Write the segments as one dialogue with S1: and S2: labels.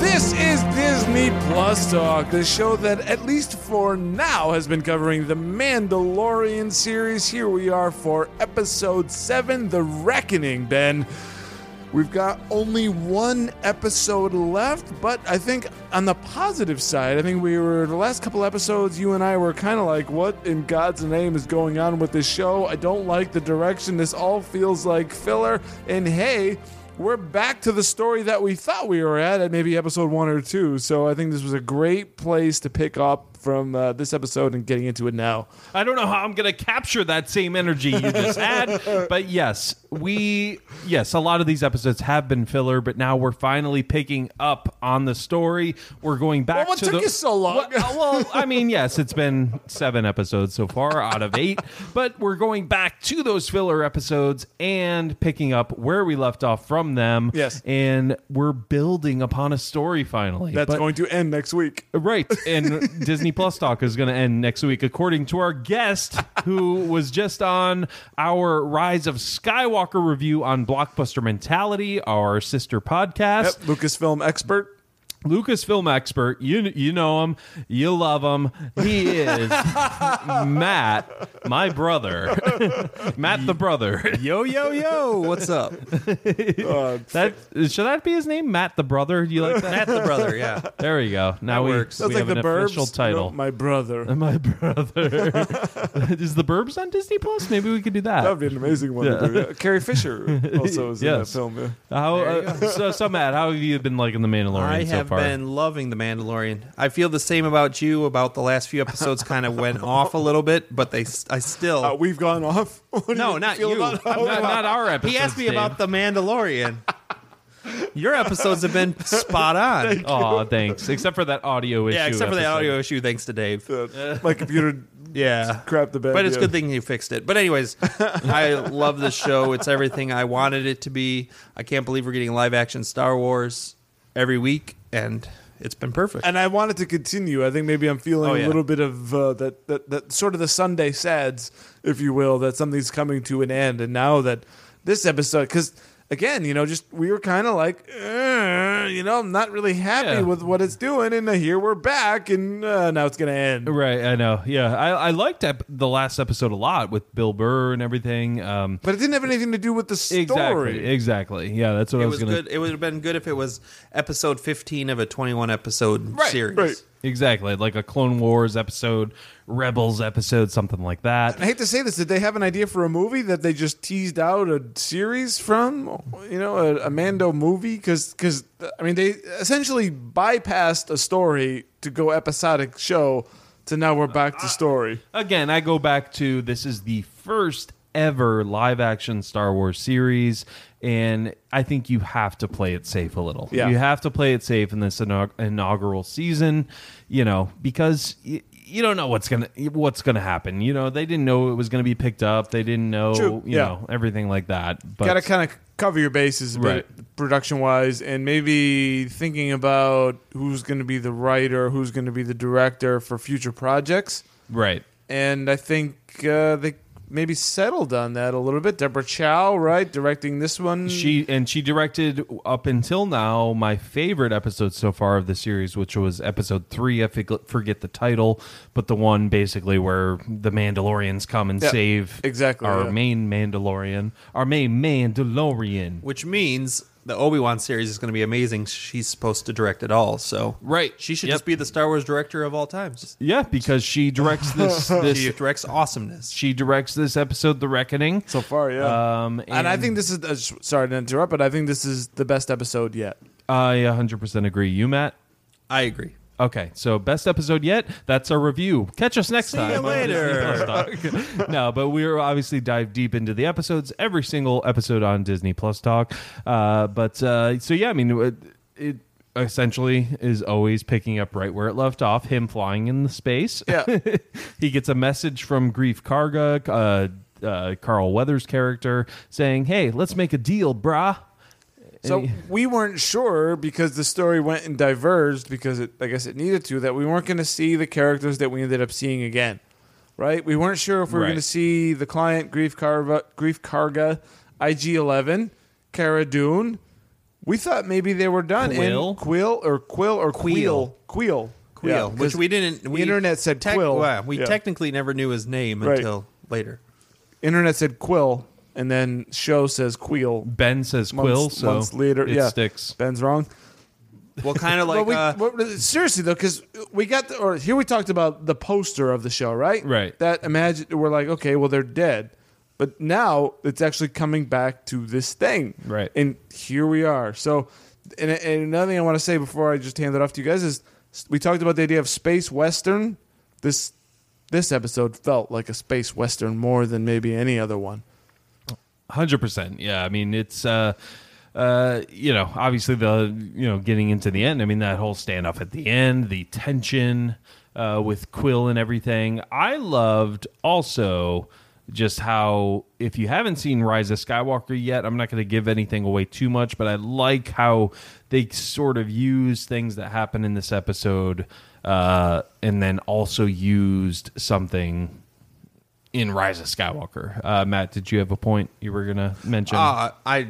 S1: This is Disney Plus Talk, the show that, at least for now, has been covering the Mandalorian series. Here we are for episode seven The Reckoning, Ben. We've got only one episode left, but I think on the positive side, I think we were the last couple episodes, you and I were kind of like, what in God's name is going on with this show? I don't like the direction. This all feels like filler. And hey, we're back to the story that we thought we were at at maybe episode one or two. So I think this was a great place to pick up from uh, this episode and getting into it now.
S2: I don't know how I'm going to capture that same energy you just had, but yes, we yes, a lot of these episodes have been filler, but now we're finally picking up on the story. We're going back
S1: Well, what
S2: to
S1: took
S2: the
S1: you so long?
S2: Well, uh, well, I mean, yes, it's been 7 episodes so far out of 8, but we're going back to those filler episodes and picking up where we left off from them.
S1: Yes.
S2: And we're building upon a story finally.
S1: That's
S2: But-
S1: going to end next week.
S2: Right. And Disney Plus talk is going to end next week, according to our guest who was just on our Rise of Skywalker review on Blockbuster Mentality, our sister
S1: Yep,
S2: podcast.
S1: Lucasfilm expert.
S2: Lucasfilm expert, you you know him, you love him. He is Matt, my brother. Matt the brother.
S3: Yo, yo, yo, what's up?
S1: uh,
S2: That should that be his name? Matt the brother. You like that?
S3: Matt the brother, yeah.
S2: There you go. Now we,
S3: works.
S2: we
S1: That's like
S2: have
S1: the
S2: an
S1: Burbs.
S2: official
S1: you know,
S2: title.
S1: my brother. That
S2: My brother. is the Burbs on Disney Plus? Maybe we could do that.
S1: would be an amazing one. to do. Yeah. Carrie Fisher also is in that
S2: Yes.
S1: film. yeah.
S2: how, uh, so, so Matt, how have you been liking the Mandalorian
S3: I
S2: so
S3: have
S2: far?
S3: been loving The Mandalorian. I feel the same about you about the last few episodes kind of went off a little bit, but they s- I still
S1: Uh, we've gone off. What do
S3: No, not
S1: feel
S3: you.
S1: about
S3: I'm
S2: not, not our episode.
S3: Oh, He asked me about The Mandalorian. Your episodes have been spot on.
S2: Oh, thanks. Except for that audio issue.
S3: yeah, except for the
S2: episode.
S3: audio issue thanks to Dave.
S1: that? my computer
S3: Yeah.
S1: crapped the bed.
S3: But it's
S1: yeah.
S3: a good thing you fixed it. But anyways, I love this show. It's everything I wanted it to be. I can't believe we're getting live action Star Wars every week and it's been perfect.
S1: And I wanted to continue. I think maybe I'm feeling
S3: Oh,
S1: a
S3: yeah.
S1: little bit of uh, that, that that sort of the Sunday sads, if you will, that something's coming to an end. And now that this episode, because again, you know, just we were kind of like, "Eh," you know, I'm not really happy
S2: Yeah.
S1: with what it's doing. And uh, here we're back, and uh, now it's gonna end.
S2: Right, I know. Yeah, I, I liked ep- the last episode a lot with Bill Burr and everything. Um,
S1: But it didn't have anything to do with the story.
S2: exactly, exactly. Yeah, that's what I
S3: it
S2: was,
S3: was
S2: gonna.
S3: good. It would have been good if it was episode 15 of a 21 episode series.
S1: right.
S2: Exactly, like a Clone Wars episode, Rebels episode, something like that.
S1: I hate to say this. Did they have an idea for a movie that they just teased out a series from? You know, a, a Mando movie? Because, I mean, they essentially bypassed a story to go episodic show to now we're back to story.
S2: again, I go back to this is the first ever live action Star Wars series, and I think you have to play it safe a little.
S1: Yeah.
S2: You have to play it safe in this inaug- inaugural season, you know, because. Y- you don't know what's gonna what's gonna happen. You know they didn't know it was gonna be picked up. They didn't know
S1: True,
S2: you
S1: yeah.
S2: know everything like that. But
S1: Got to kind of cover your bases a bit production wise and maybe thinking about who's going to be the writer, who's going to be the director for future projects.
S2: right,
S1: and I think uh, they maybe settled on that a little bit. Deborah Chow, right, directing this one.
S2: she and she directed up until now my favorite episode so far of the series which was episode three i fig- forget the title but the one basically where the mandalorians come and
S1: Yeah,
S2: save
S1: exactly,
S2: our
S1: yeah.
S2: main mandalorian our main mandalorian
S3: Which means the Obi Wan series is going to be amazing. She's supposed to direct it all. So
S2: Right.
S3: she should
S2: Yep.
S3: just be the Star Wars director of all times.
S2: yeah because she directs this
S3: She
S2: this
S3: directs awesomeness.
S2: she directs this episode the reckoning
S1: so far, yeah.
S2: um
S1: and, I think this is uh, s- sorry to interrupt, but I think this is the best episode yet.
S2: i 100% agree you matt
S3: I agree.
S2: Okay, so best episode yet. That's our review. Catch us next
S3: you
S2: time. on Disney Plus Talk. no, but we are obviously dive deep into the episodes, every single episode on Disney Plus Talk. Uh, but uh, so yeah, I mean, it, it essentially is always picking up right where it left off. Him flying in the space.
S1: Yeah.
S2: he gets a message from Grief Karga, uh, uh, Carl Weathers' character, saying, "Hey, let's make a deal, brah."
S1: So we weren't sure because the story went and diverged because it, I guess it needed to that we weren't going to see the characters that we ended up seeing again, right? We weren't sure if we were
S2: Right.
S1: going to see the client Grief Karga, Grief Karga, IG Eleven, Cara Dune. We thought maybe they were done. And
S2: Quill?
S1: Quill or Quill or Queel,
S3: Queel.
S1: Quill,
S3: Quill,
S1: Yeah,
S3: which we didn't.
S1: the
S3: we
S1: internet said Quill.
S3: well, we
S1: Yeah.
S3: technically never knew his name
S1: Right.
S3: until later.
S1: Internet said Quill, and then show says Queel.
S2: Ben says Quill,
S1: months,
S2: so
S1: months later,
S2: it
S1: yeah,
S2: sticks.
S1: Ben's wrong.
S3: Well, kind of
S1: Well,
S3: like
S1: we,
S3: uh,
S1: well, seriously though, because we got the, or here we talked about the poster of the show, right?
S2: Right.
S1: That imagine we're like, okay, well they're dead, but now it's actually coming back to this thing,
S2: Right.
S1: And here we are. So, and, and another thing I want to say before I just hand it off to you guys is we talked about the idea of space western. This this episode felt like a space western more than maybe any other one.
S2: Hundred percent. Yeah, I mean it's. uh uh, you know, obviously the you know getting into the end. I mean that whole standoff at the end, the tension uh, with Quill and everything. I loved also just how if you haven't seen Rise of Skywalker yet, I'm not going to give anything away too much, but I like how they sort of use things that happen in this episode, uh, and then also used something in Rise of Skywalker. Uh, Matt, did you have a point you were going to mention?
S3: uh, I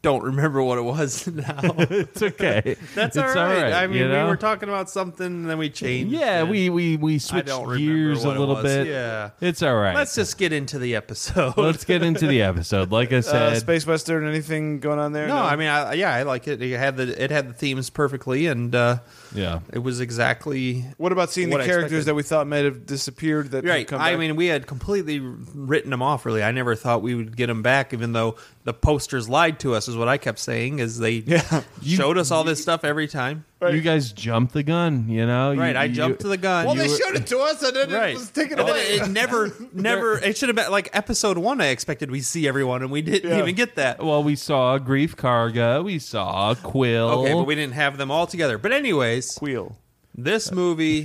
S3: don't remember what it was now.
S2: it's okay. It's
S3: That's all right. I mean,
S2: you
S3: we
S2: know?
S3: were talking about something, and then we changed.
S2: Yeah,
S3: it.
S2: we we we
S3: I
S2: switched
S3: don't remember
S2: gears a
S3: what it
S2: little
S3: was.
S2: bit.
S3: Yeah.
S2: it's all right.
S3: Let's
S2: Let's
S3: just get into the episode.
S2: let's get into the episode. Like I
S1: Uh,
S2: said,
S1: space western, anything going on there?
S3: no, I mean, I, yeah, I like it. It had the it had the themes perfectly, and uh,
S2: yeah.
S3: it was exactly
S1: What about seeing
S3: What
S1: the
S3: I
S1: characters
S3: expected.
S1: that we thought might have disappeared? That
S3: Right.
S1: Come
S3: I
S1: back?
S3: mean, we had completely written them off. Really, I never thought we would get them back. Even though the posters lied to us, is what I kept saying. Is they showed us all this stuff every time.
S2: You guys jumped the gun, you know. You-
S3: Right. I
S2: you-
S3: jumped to the gun.
S1: Well, they
S3: You-
S1: showed it to us, and then
S3: Right.
S1: it was taken
S3: And then
S1: away.
S3: It never, never. It should have been like episode one. I expected we see everyone, and we didn't
S1: Yeah.
S3: even get that.
S2: Well, we saw Grief Karga. We saw Quill.
S3: Okay, but we didn't have them all together. But anyways,
S1: Queel.
S2: Uh,
S3: this movie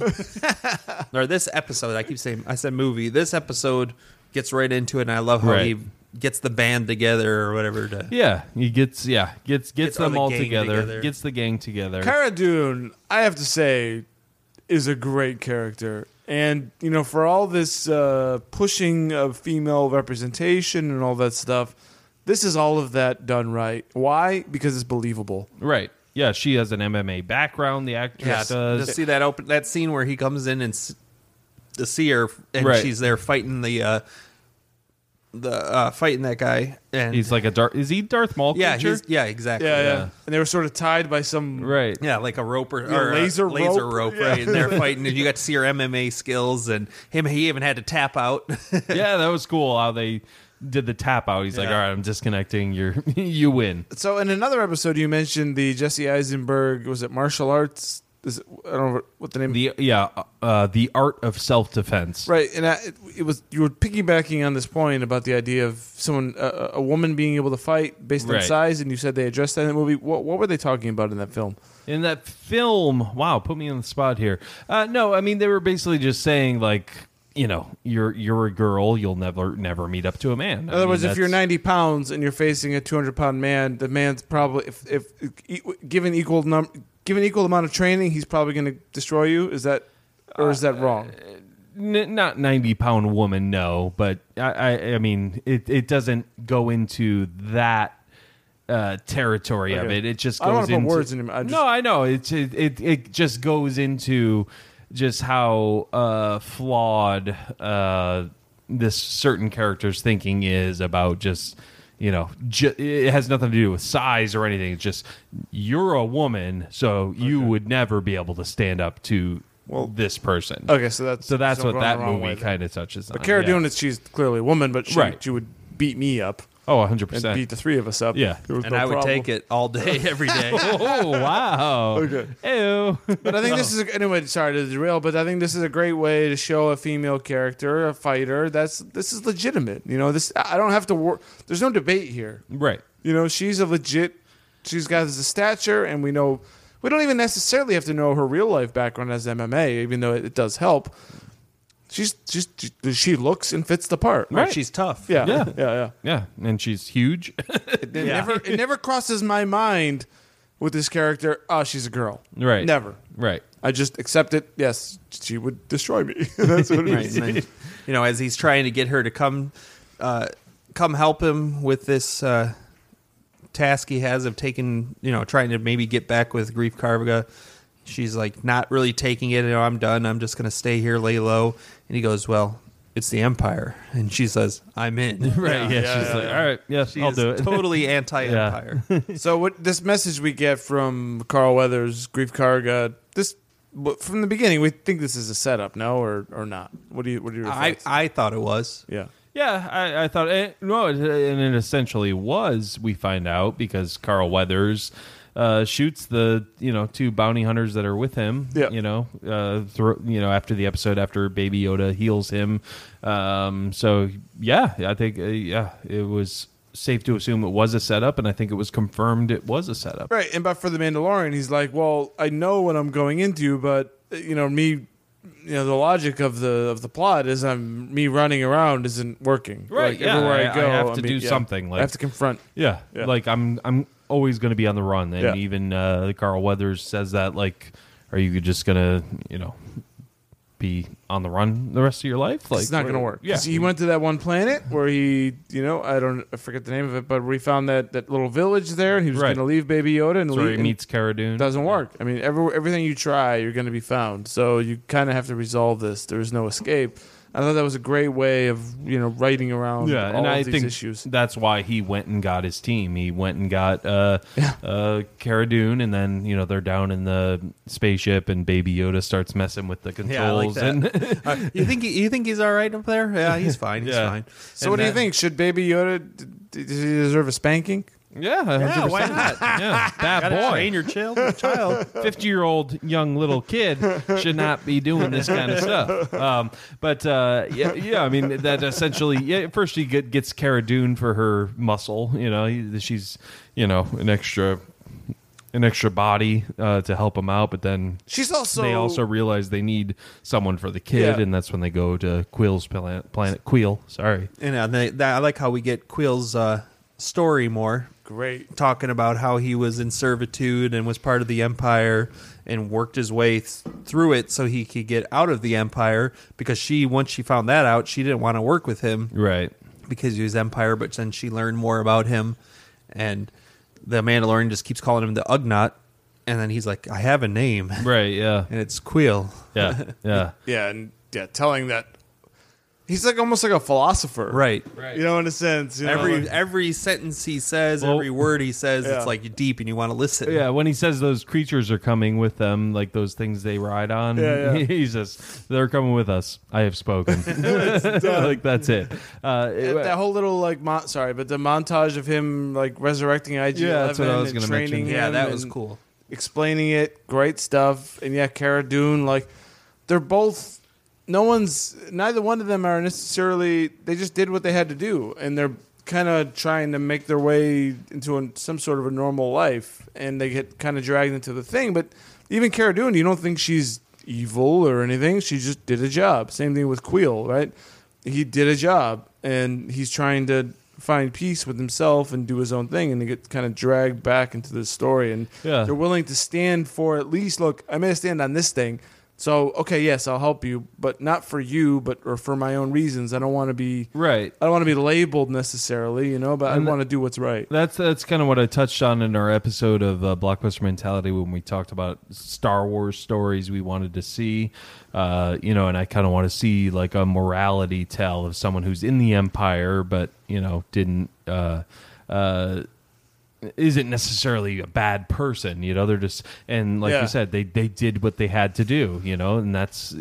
S3: or this episode, I keep saying I said movie. This episode gets right into it, and I love how
S2: Right.
S3: he gets the band together or whatever to
S2: yeah, he gets yeah gets gets,
S3: Gets all
S2: them
S3: the
S2: all
S3: gang
S2: together,
S3: together.
S2: Gets the gang together.
S1: Cara Dune, I have to say, is a great character. And, you know, for all this uh, pushing of female representation and all that stuff, this is all of that done right. Why? Because it's believable.
S2: right. Yeah, she has an MMA background. The actress
S3: Yeah, to
S2: does.
S3: see that open that scene where he comes in and s- to see her, and
S2: Right.
S3: she's there fighting the uh, the uh, fighting that guy, and
S2: He's like a dark. Is he Darth Maul?
S3: yeah,
S2: creature?
S3: he's, yeah, exactly,
S1: Yeah, yeah.
S2: Yeah.
S1: And they were sort of tied by some.
S2: right.
S3: Yeah, like a rope or,
S1: Yeah,
S3: or a
S1: laser
S3: laser
S1: rope.
S3: rope, right? And they're fighting, and you got to see her MMA skills, and him. He even had to tap out.
S2: yeah, that was cool how they did the tap out. He's like, all
S3: Yeah.
S2: right, I'm disconnecting. You're you win.
S1: So, in another episode, you mentioned the Jesse Eisenberg, was it martial arts? Is it, I don't know what the name
S2: The yeah, uh, the art of self defense.
S1: Right, and I, it, it was you were piggybacking on this point about the idea of someone, a, a woman being able to fight based on
S2: Right.
S1: size, and you said they addressed that in the movie. What, what were they talking about in that film?
S2: In that film, wow, put me on the spot here. Uh, no, I mean they were basically just saying like, you know, you're you're a girl, you'll never never meet up to a man.
S1: In other words, if you're 90 pounds and you're facing a 200 pound man, the man's probably if if e- given equal num given equal amount of training, he's probably going to destroy you. Is that or is
S2: Uh,
S1: that wrong?
S2: n- not 90 pound woman, no, but I I, I mean it it doesn't go into that. Uh, territory of
S1: Okay.
S2: it. It just
S1: I don't
S2: goes
S1: wanna put
S2: into
S1: words in your mouth. I just-
S2: no, I know. It's it, it it just goes into just how uh, flawed uh, this certain character's thinking is about just you know ju- it has nothing to do with size or anything. It's just you're a woman, so you would never be able to stand up to this person.
S1: Okay, so that's
S2: So that's
S1: I'm
S2: what
S1: going the
S2: that
S1: wrong way
S2: movie
S1: then.
S2: kind of touches on.
S1: Cara
S2: yeah.
S1: Dune, is she's clearly a woman, but she,
S2: Right.
S1: she would beat me up.
S2: Oh, 100
S1: and
S2: percent.
S1: beat the three of us up.
S2: Yeah.
S1: There was
S3: and
S1: no
S3: I would
S1: problem.
S3: take it all day, every day.
S2: Oh wow.
S1: Okay.
S2: Ew.
S1: But I think this is a, anyway. Sorry to derail, but I think this is a great way to show a female character, a fighter. That's this is legitimate. You know, this I don't have to work. There's no debate here.
S2: right.
S1: You know, she's a legit. She's got the stature, and we know we don't even necessarily have to know her real life background as MMA, even though it, it does help. She's just she looks and fits the part.
S2: Right.
S3: She's tough.
S1: Yeah.
S2: Yeah.
S1: Yeah. Yeah.
S2: Yeah, and she's huge.
S1: It, never it never crosses my mind with this character. Oh, she's a girl.
S2: Right.
S1: Never.
S2: right.
S1: I just accept it. Yes, she would destroy me. That's what it
S3: Right.
S1: is.
S3: And then, you know, as he's trying to get her to come, uh, come help him with this uh, task he has of taking, you know, trying to maybe get back with Grief Karga. She's like not really taking it. You know, I'm done. I'm just gonna stay here, lay low. And he goes, "Well, it's the Empire." And she says, "I'm in."
S2: Right. Yeah. she's like, all right. Yeah.
S3: She
S2: I'll
S3: is
S2: do it.
S3: totally anti-Empire.
S1: So what this message we get from Carl Weathers, Grief Karga, this but from the beginning we think this is a setup, no, or or not? What do you what do you?
S3: I I thought it was.
S1: yeah.
S2: Yeah, I, I thought eh, no, it- and it essentially was. We find out because Carl Weathers uh, shoots the you know two bounty hunters that are with him.
S1: Yeah.
S2: you know, uh, thro- you know after the episode after Baby Yoda heals him. Um, so yeah, I think uh, yeah, it was safe to assume it was a setup, and I think it was confirmed it was a setup.
S1: Right, and but for the Mandalorian, he's like, well, I know what I'm going into, but uh, you know me, you know the logic of the of the plot is I'm me running around isn't working.
S2: Right,
S1: Like,
S2: yeah,
S1: everywhere
S2: I- I
S1: I go,
S2: have
S1: I'm
S2: to
S1: being-
S2: do
S1: yeah.
S2: something, like-
S1: I have to confront.
S2: Yeah,
S1: Yeah.
S2: like I'm I'm always going to be on the run, and
S1: Yeah.
S2: even uh, Carl Weathers says that. Like, are you just gonna you know be on the run the rest of your life? Like,
S1: it's not going to work.
S2: Yeah,
S1: 'Cause he went to that one planet where he, you know, I don't I forget the name of it, but we found that that little village there, and he was
S2: Right.
S1: going to leave Baby Yoda and
S2: That's where
S1: leave.
S2: he meets Cara Dune.
S1: it doesn't work. I mean, every, everything you try, you're going to be found. So you kind of have to resolve this. There is no escape. I thought that was a great way of you know writing around
S2: Yeah,
S1: all
S2: and
S1: of
S2: I
S1: these
S2: think
S1: issues.
S2: that's why he went and got his team. He went and got uh, uh, Cara Dune, and then you know they're down in the spaceship, and Baby Yoda starts messing with the
S3: Yeah, I like
S2: controls.
S3: that.
S2: and
S3: Uh, you think he, you think he's all right up there? Yeah, he's fine. He's
S2: Yeah.
S3: fine.
S1: So
S3: And
S1: what do you
S3: that-
S1: think? Should Baby Yoda d- d- does he deserve a spanking?
S2: yeah,
S3: Yeah,
S2: 100%.
S3: why not?
S2: Yeah, that
S3: Gotta
S2: boy.
S3: train your child. Child.
S2: 50 year old young little kid should not be doing this kind of stuff. Um, but uh, yeah, yeah, I mean, that essentially, yeah, first he get, gets Cara Dune for her muscle. You know, he, she's, you know, an extra. An extra body uh, to help him out, but then
S1: She's also
S2: they also realize they need someone for the kid,
S1: Yeah.
S2: and that's when they go to Quill's planet. planet Quill, sorry,
S3: you know, they, that, I like how we get Quill's uh, story more,
S1: great.
S3: talking about how he was in servitude and was part of the Empire and worked his way th- through it so he could get out of the Empire. Because she, once she found that out, she didn't want to work with him
S2: right?
S3: because he was Empire. But then she learned more about him, and the Mandalorian just keeps calling him the Ugnaught, and then he's like, "I have a name,
S2: Right, yeah,
S3: and it's Quill."
S2: yeah, yeah.
S1: Yeah, and yeah, telling that he's like almost like a philosopher,
S3: Right.
S1: You know, in a sense, you know,
S3: Every
S1: like-
S3: every sentence he says,
S2: Well-
S3: every word he says,
S1: Yeah.
S3: it's like deep, and you want to listen.
S2: Yeah, when he says those creatures are coming with them, like those things they ride on,
S1: Yeah, yeah.
S2: he says they're coming with us. I have spoken. like that's it. Uh,
S1: Yeah, that whole little like mon- sorry, but the montage of him like resurrecting IG
S2: Yeah, that's what I was
S1: and
S2: gonna
S1: training
S2: mention.
S3: Yeah,
S1: him
S3: that was
S1: and
S3: cool.
S1: Explaining it, great stuff. And yeah, Cara Dune, like they're both no one's neither one of them are necessarily they just did what they had to do and they're kind of trying to make their way into an some sort of a normal life and they get kind of dragged into the thing but even Cara Dune you don't think she's evil or anything she just did a job same thing with Queel right he did a job and he's trying to find peace with himself and do his own thing and he gets kind of dragged back into this story and
S2: Yeah.
S1: they're willing to stand for at least look i'm going to stand on this thing so okay yes i'll help you but not for you but or for my own reasons i don't want to be
S2: right.
S1: i don't want to be labeled necessarily you know but i
S2: And
S1: want to do what's right
S2: That's that's kind of what I touched on in our episode of uh, Blockbuster Mentality when we talked about Star Wars stories we wanted to see, uh, you know, and I kind of want to see like a morality tell of someone who's in the Empire but you know didn't. Uh, uh, isn't necessarily a bad person, you know. They're just and like
S1: Yeah.
S2: you said, they they did what they had to do, you know, and that's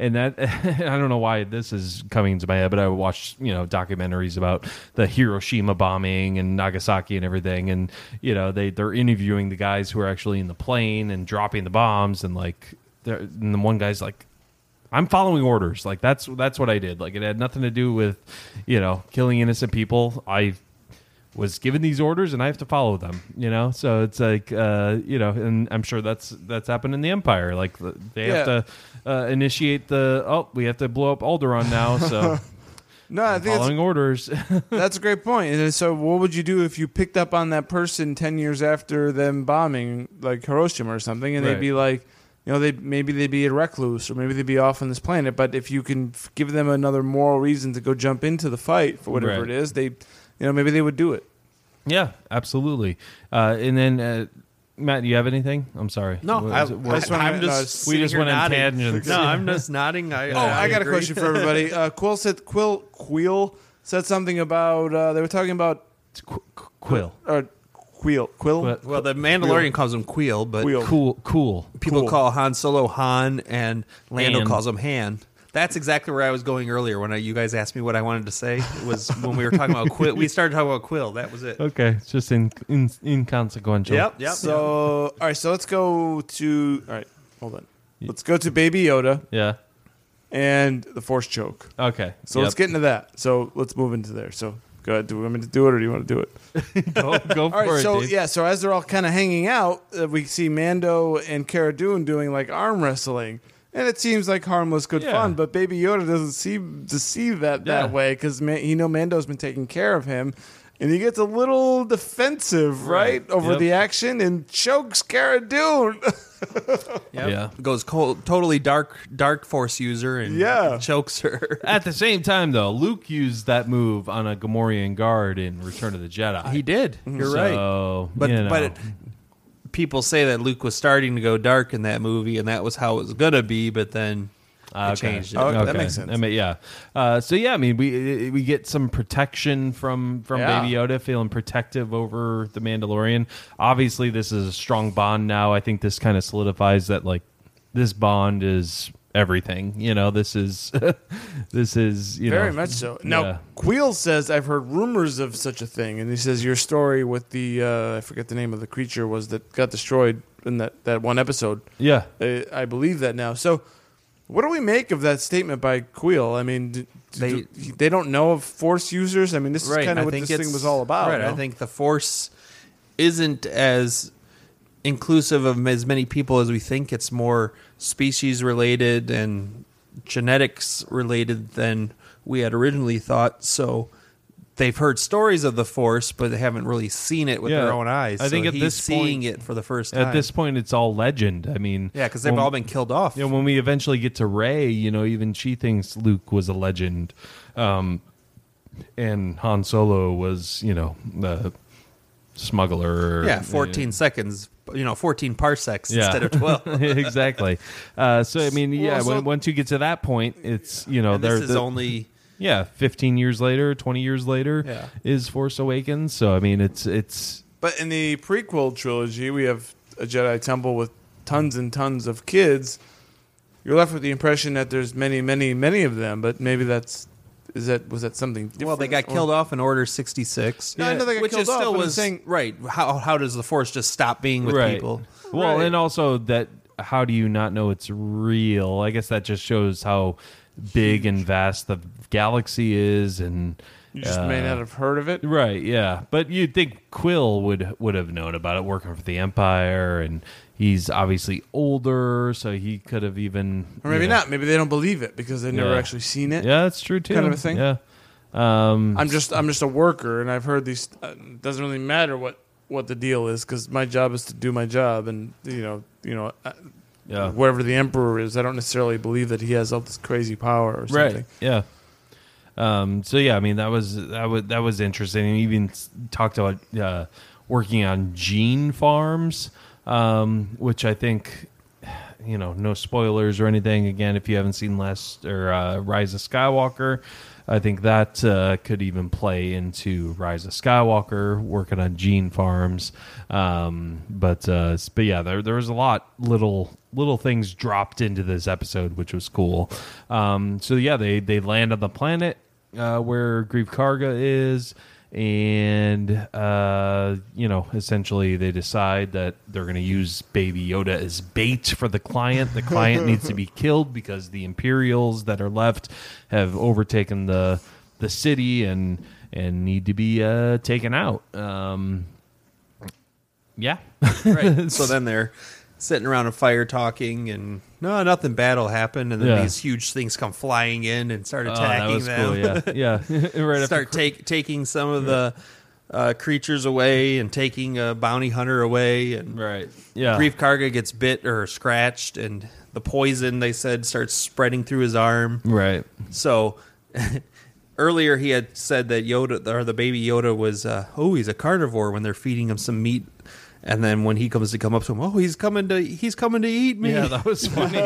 S2: and that I don't know why this is coming into my head, but I watched you know documentaries about the Hiroshima bombing and Nagasaki and everything, and you know they they're interviewing the guys who are actually in the plane and dropping the bombs, and like they're- and the one guy's like. I'm following orders. Like that's that's what I did. Like it had nothing to do with, you know, killing innocent people. I was given these orders and I have to follow them. You know, so it's like uh, you know, and I'm sure that's that's happened in the Empire. Like th- they
S1: Yeah.
S2: have to uh, initiate the oh, we have to blow up Alderaan now. So
S1: No, I think
S2: following
S1: it's,
S2: orders.
S1: that's a great point. And so, what would you do if you picked up on that person ten years after them bombing, like Hiroshima or something, and they'd
S2: Right.
S1: be like, you know, they maybe they'd be a recluse or maybe they'd be off on this planet. But if you can f- give them another moral reason to go jump into the fight for whatever
S2: Right.
S1: it is, they, you know, maybe they would do it.
S2: yeah, absolutely. Uh, and then uh, Matt, do you have anything? I'm sorry. What
S3: I,
S2: was it? What-
S1: just wanna-
S3: am
S1: no,
S3: just.
S2: we
S3: sitting
S2: just
S3: here
S2: went on
S3: nodding.
S2: tangents.
S3: No, I'm just nodding. I,
S1: Oh, I, got
S3: agree.
S1: a question for everybody. Uh, Quill said Quill Quill said something about uh, they were talking about
S2: it's Qu- Qu- Quill.
S1: uh, Quill Quill
S2: What?
S3: Well, the Mandalorian calls him Queel, but
S1: Quill.
S2: Cool, cool.
S3: people
S1: Cool.
S3: call Han Solo Han, and Lando
S2: Han.
S3: calls him Han. That's exactly where I was going earlier when I, you guys asked me what I wanted to say. It was when we were talking about Quill. We started talking about Quill. That was it.
S2: Okay, it's just in, in, inconsequential.
S3: Yep, yep.
S1: so all right, so let's go to all right. Hold on. Let's go to Baby Yoda
S2: Yeah.
S1: and the Force choke.
S2: Okay.
S1: So let's get into that. So let's move into there. So go ahead. Do we want me to do it, or do you want to do it?
S2: go, go for
S1: All right,
S2: it.
S1: so
S2: dude.
S1: yeah, so as they're all kind of hanging out, uh, we see Mando and Cara Dune doing like arm wrestling, and it seems like harmless, good
S2: Yeah.
S1: fun. But Baby Yoda doesn't seem to see that that
S2: Yeah.
S1: way because man, you know Mando's been taking care of him, and he gets a little defensive, right,
S2: Right.
S1: over
S2: Yep.
S1: the action and chokes Cara Dune.
S2: Yeah.
S3: Goes cold, totally dark, dark force user and
S1: Yeah.
S3: chokes her.
S2: At the same time, though, Luke used that move on a Gamorrean guard in Return of the Jedi.
S3: He did. You're right.
S2: So,
S3: Mm-hmm. But
S2: you know.
S3: but it, people say that Luke was starting to go dark in that movie, and that was how it was gonna be. But then
S2: Ah,
S3: it changed it.
S1: Oh, that makes sense.
S2: I mean, yeah. Uh, so yeah, I mean, we we get some protection from from
S1: Yeah.
S2: Baby Yoda, feeling protective over the Mandalorian. Obviously, this is a strong bond now. I think this kind of solidifies that like this bond is everything. You know, this is this is you
S1: Very
S2: know
S1: much so. Now,
S2: Yeah.
S1: Queel says, I've heard rumors of such a thing. And he says, Your story with the, uh, I forget the name of the creature, was that got destroyed in that, that one episode.
S2: yeah.
S1: Uh, I believe that now. So, what do we make of that statement by Queel? I mean, d- d-
S3: They-
S1: do- they don't know of force users. I mean, this is kind
S3: I
S1: of what
S3: think
S1: this thing
S3: it's-
S1: was all about.
S3: Right. I
S1: no?
S3: think the force isn't as inclusive of as many people as we think. It's more species related and genetics related than we had originally thought. So they've heard stories of the force, but they haven't really seen it with
S2: Yeah.
S3: their own eyes.
S2: I think
S3: So
S2: at
S3: he's
S2: this
S3: seeing
S2: point-
S3: it for the first time.
S2: At this point, it's all legend. I mean,
S3: yeah, because they've
S2: when-
S3: all been killed off.
S2: you know, when we eventually get to Ray, you know, even she thinks Luke was a legend, um, and Han Solo was, you know, the smuggler.
S3: yeah, 14 seconds, you know, 14 parsecs
S2: Yeah.
S3: instead of 12.
S2: exactly. Uh, so I mean, yeah.
S1: Well, so-
S2: when, once you get to that point, it's you know
S3: And
S2: they're
S3: this is
S2: the-
S3: only
S2: yeah, fifteen years later, twenty years later
S3: Yeah.
S2: is Force Awakens. So I mean, it's it's
S1: But in the prequel trilogy, we have a Jedi temple with tons and tons of kids. You're left with the impression that there's many, many, many of them. But maybe that's is that was that something? Different?
S3: Well, they got
S1: Or-
S3: killed off in Order 66.
S1: No, I know they got
S3: which
S1: killed
S3: is
S1: off,
S3: still
S1: but I'm
S3: was
S1: saying-
S3: right. How how does the Force just stop being with people?
S2: Well,
S1: Right.
S2: and also that how do you not know it's real? I guess that just shows how big and vast the galaxy is, and
S1: You just may
S2: uh,
S1: not have heard of it.
S2: Right, yeah, but you'd think Quill would would have known about it, working for the Empire, and he's obviously older, so he could have even
S1: Or maybe
S2: you know-
S1: not. Maybe they don't believe it because they've never
S2: Yeah.
S1: actually seen it.
S2: Yeah, that's true too.
S1: Kind of a thing.
S2: Yeah,
S1: I'm just I'm just a worker, and I've heard these. Uh, it doesn't really matter what what the deal is because my job is to do my job, and you know you know. I,
S2: Yeah.
S1: Wherever the emperor is, I don't necessarily believe that he has all this crazy power or something.
S2: right. Yeah. Um, so yeah, I mean that was that was that was interesting. And even s- talked about uh, working on gene farms, um, which I think you know no spoilers or anything. Again, if you haven't seen last or uh, Rise of Skywalker, I think that uh, could even play into Rise of Skywalker, working on gene farms. Um, but uh, s- but yeah, there there was a lot little little things dropped into this episode, which was cool. Um, so yeah, they they land on the planet uh, where Grief Karga is. And uh, you know, essentially, they decide that they're going to use Baby Yoda as bait for the client. The client needs to be killed because the Imperials that are left have overtaken the the city and and need to be uh, taken out. Um, yeah, Oh,
S3: Right. so then they're sitting around a fire talking, and no, nothing bad will happen. And then
S2: Yeah.
S3: these huge things come flying in and start
S2: Oh,
S3: attacking them.
S2: Yeah, yeah. right after
S3: start take, taking some of the uh, creatures away and taking a bounty hunter away and
S2: Right. Yeah.
S3: grief karga gets bit or scratched and the poison they said starts spreading through his arm
S2: Right.
S3: so earlier he had said that yoda or the baby yoda was uh, oh he's a carnivore when they're feeding him some meat and then when he comes to come up to him oh he's coming to he's coming to eat me
S2: Yeah, that was funny.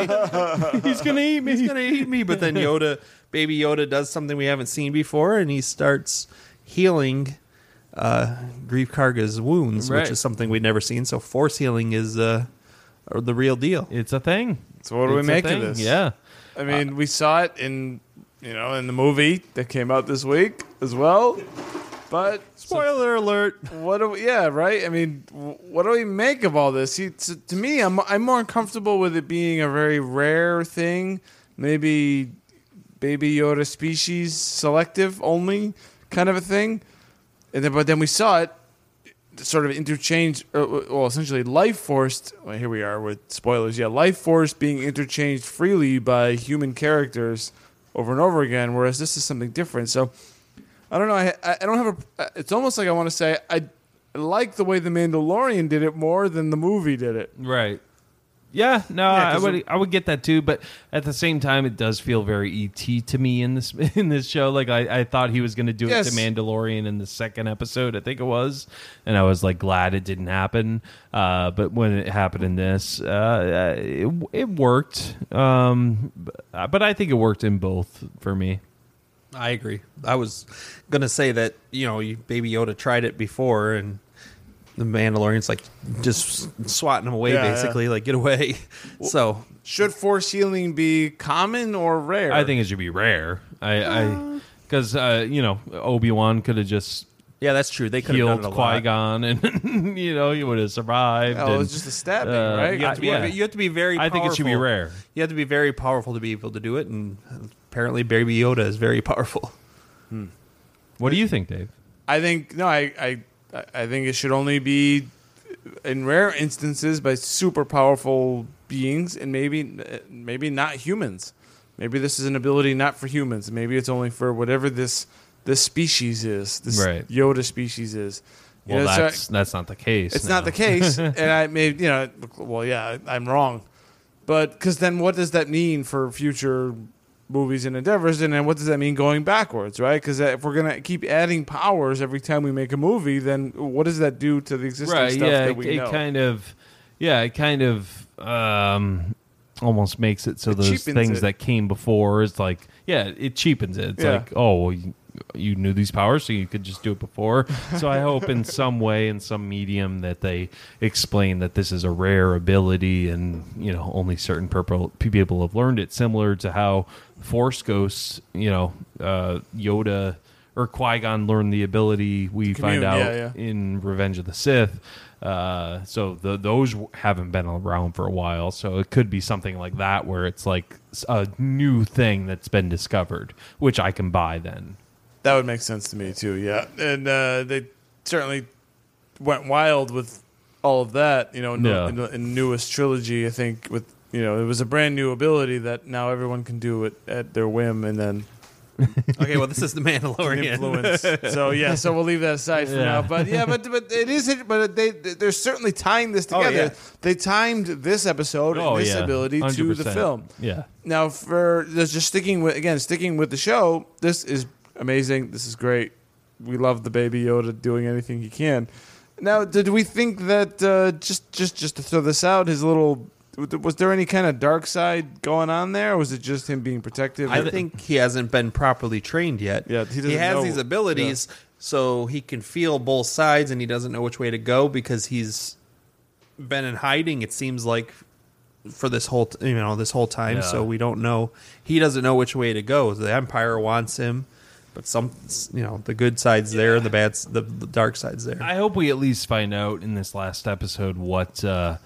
S2: He's gonna eat me.
S3: he's gonna eat me. But then Yoda, baby Yoda, does something we haven't seen before, and he starts healing uh, Grief Karga's wounds,
S2: Right.
S3: which is something we'd never seen. So force healing is uh, or the real deal.
S2: It's a thing.
S1: So what do we
S2: It's a
S1: make of
S2: thing.
S1: this?
S2: Yeah.
S1: I mean, we saw it in you know in the movie that came out this week as well. But
S3: Spoiler alert!
S1: what do we, yeah, right? I mean, w- what do we make of all this? See, to, to me, I'm I'm more comfortable with it being a very rare thing, maybe baby Yoda species selective only kind of a thing. And then, but then we saw it sort of interchange, uh, well, essentially life forced. Well, here we are with spoilers. Yeah, life force being interchanged freely by human characters over and over again, whereas this is something different. So I don't know. I I I don't have a. uh, It's almost like I want to say I like the way the Mandalorian did it more than the movie did it.
S2: Right. Yeah, no,
S1: Yeah,
S2: I
S1: 'cause
S2: would
S1: it-
S2: I would get that too, but at the same time, it does feel very ET to me in this in this show. Like I, I thought he was going to do it
S1: Yes.
S2: to Mandalorian in the second episode, I think it was, and I was like glad it didn't happen. Uh, but when it happened in this, uh, uh, it it worked. Um, b- uh, but I think it worked in both for me.
S3: I agree. I was gonna say that you know, you, Baby Yoda tried it before, and the Mandalorian's like just swatting him away,
S1: Yeah, yeah.
S3: basically, like get away. so
S1: Should force healing be common or rare?
S2: I think it should be rare. I because uh, you know Obi Wan could have just
S3: yeah, that's true. They could have done
S2: healed
S3: it a
S2: Qui
S3: lot.
S2: Gon, and you know he would have survived.
S1: Oh,
S2: and-
S1: it's just a stabbing,
S2: uh,
S1: right?
S2: you have
S3: have
S2: to
S3: to be-
S2: yeah.
S3: you have to be very.
S2: I think it should be
S3: powerful.
S2: rare.
S3: You have to be very powerful to be able to do it, and apparently, Baby Yoda is very powerful.
S2: What do you think, Dave?
S1: I think no. I I I think it should only be in rare instances by super powerful beings, and maybe maybe not humans. Maybe this is an ability not for humans. Maybe it's only for whatever this this species is. This
S2: Right.
S1: Yoda species is. You
S2: Well,
S1: know, so I-
S2: that's that's not the case.
S1: It's not the case, and I may, you know, well, yeah, I'm wrong, but because then what does that mean for future movies and endeavors, and then what does that mean going backwards, right? Because if we're gonna keep adding powers every time we make a movie, then what does that do to the existing
S2: right?
S1: stuff
S2: Yeah,
S1: that we
S2: it,
S1: know?
S2: it kind of, yeah, it kind of um, almost makes it so those
S1: cheapens
S2: things
S1: it.
S2: that came before is like, yeah, it cheapens it. It's
S1: Yeah.
S2: like, oh, well, you, you knew these powers, so you could just do it before. so I hope in some way, in some medium, that they explain that this is a rare ability, and you know, only certain purple people have learned it. Similar to how Force Ghosts, you know, uh, Yoda. Or Qui Gon learned the ability we find
S1: commune,
S2: out
S1: yeah, yeah.
S2: in Revenge of the Sith. Uh, so the, those w- haven't been around for a while. So it could be something like that where it's like s- a new thing that's been discovered, which I can buy then.
S1: That would make sense to me too. Yeah, and uh, they certainly went wild with all of that. You know, in,
S2: Yeah.
S1: the, in the in newest trilogy, I think with you know it was a brand new ability that now everyone can do it at their whim, and then
S3: Okay, well, this is the Mandalorian.
S1: influence. so yeah, so we'll leave that aside for
S2: Yeah.
S1: now. But yeah, but but it is. But they they're certainly tying this
S3: Oh,
S1: together.
S3: yeah. Oh,
S1: They timed this episode and
S2: Oh,
S1: this ability to the
S2: 100%.
S1: film.
S2: Yeah.
S1: Now for there's just sticking with again sticking with the show. This is amazing. This is great. We love the baby Yoda doing anything he can. Now, did we think that uh, just just just to throw this out, his little was there any kind of dark side going on there, or was it just him being protective?
S3: I think he hasn't been properly trained yet.
S1: Yeah, he doesn't
S3: has
S1: know-
S3: these abilities, so he can feel both sides, and he doesn't know which way to go because he's been in hiding. It seems like for this whole t- you know this whole time,
S2: Yeah.
S3: so we don't know. He doesn't know which way to go. The Empire wants him, but some you know the good side's there, the bad, s- the, the dark side's there.
S2: I hope we at least find out in this last episode what, uh,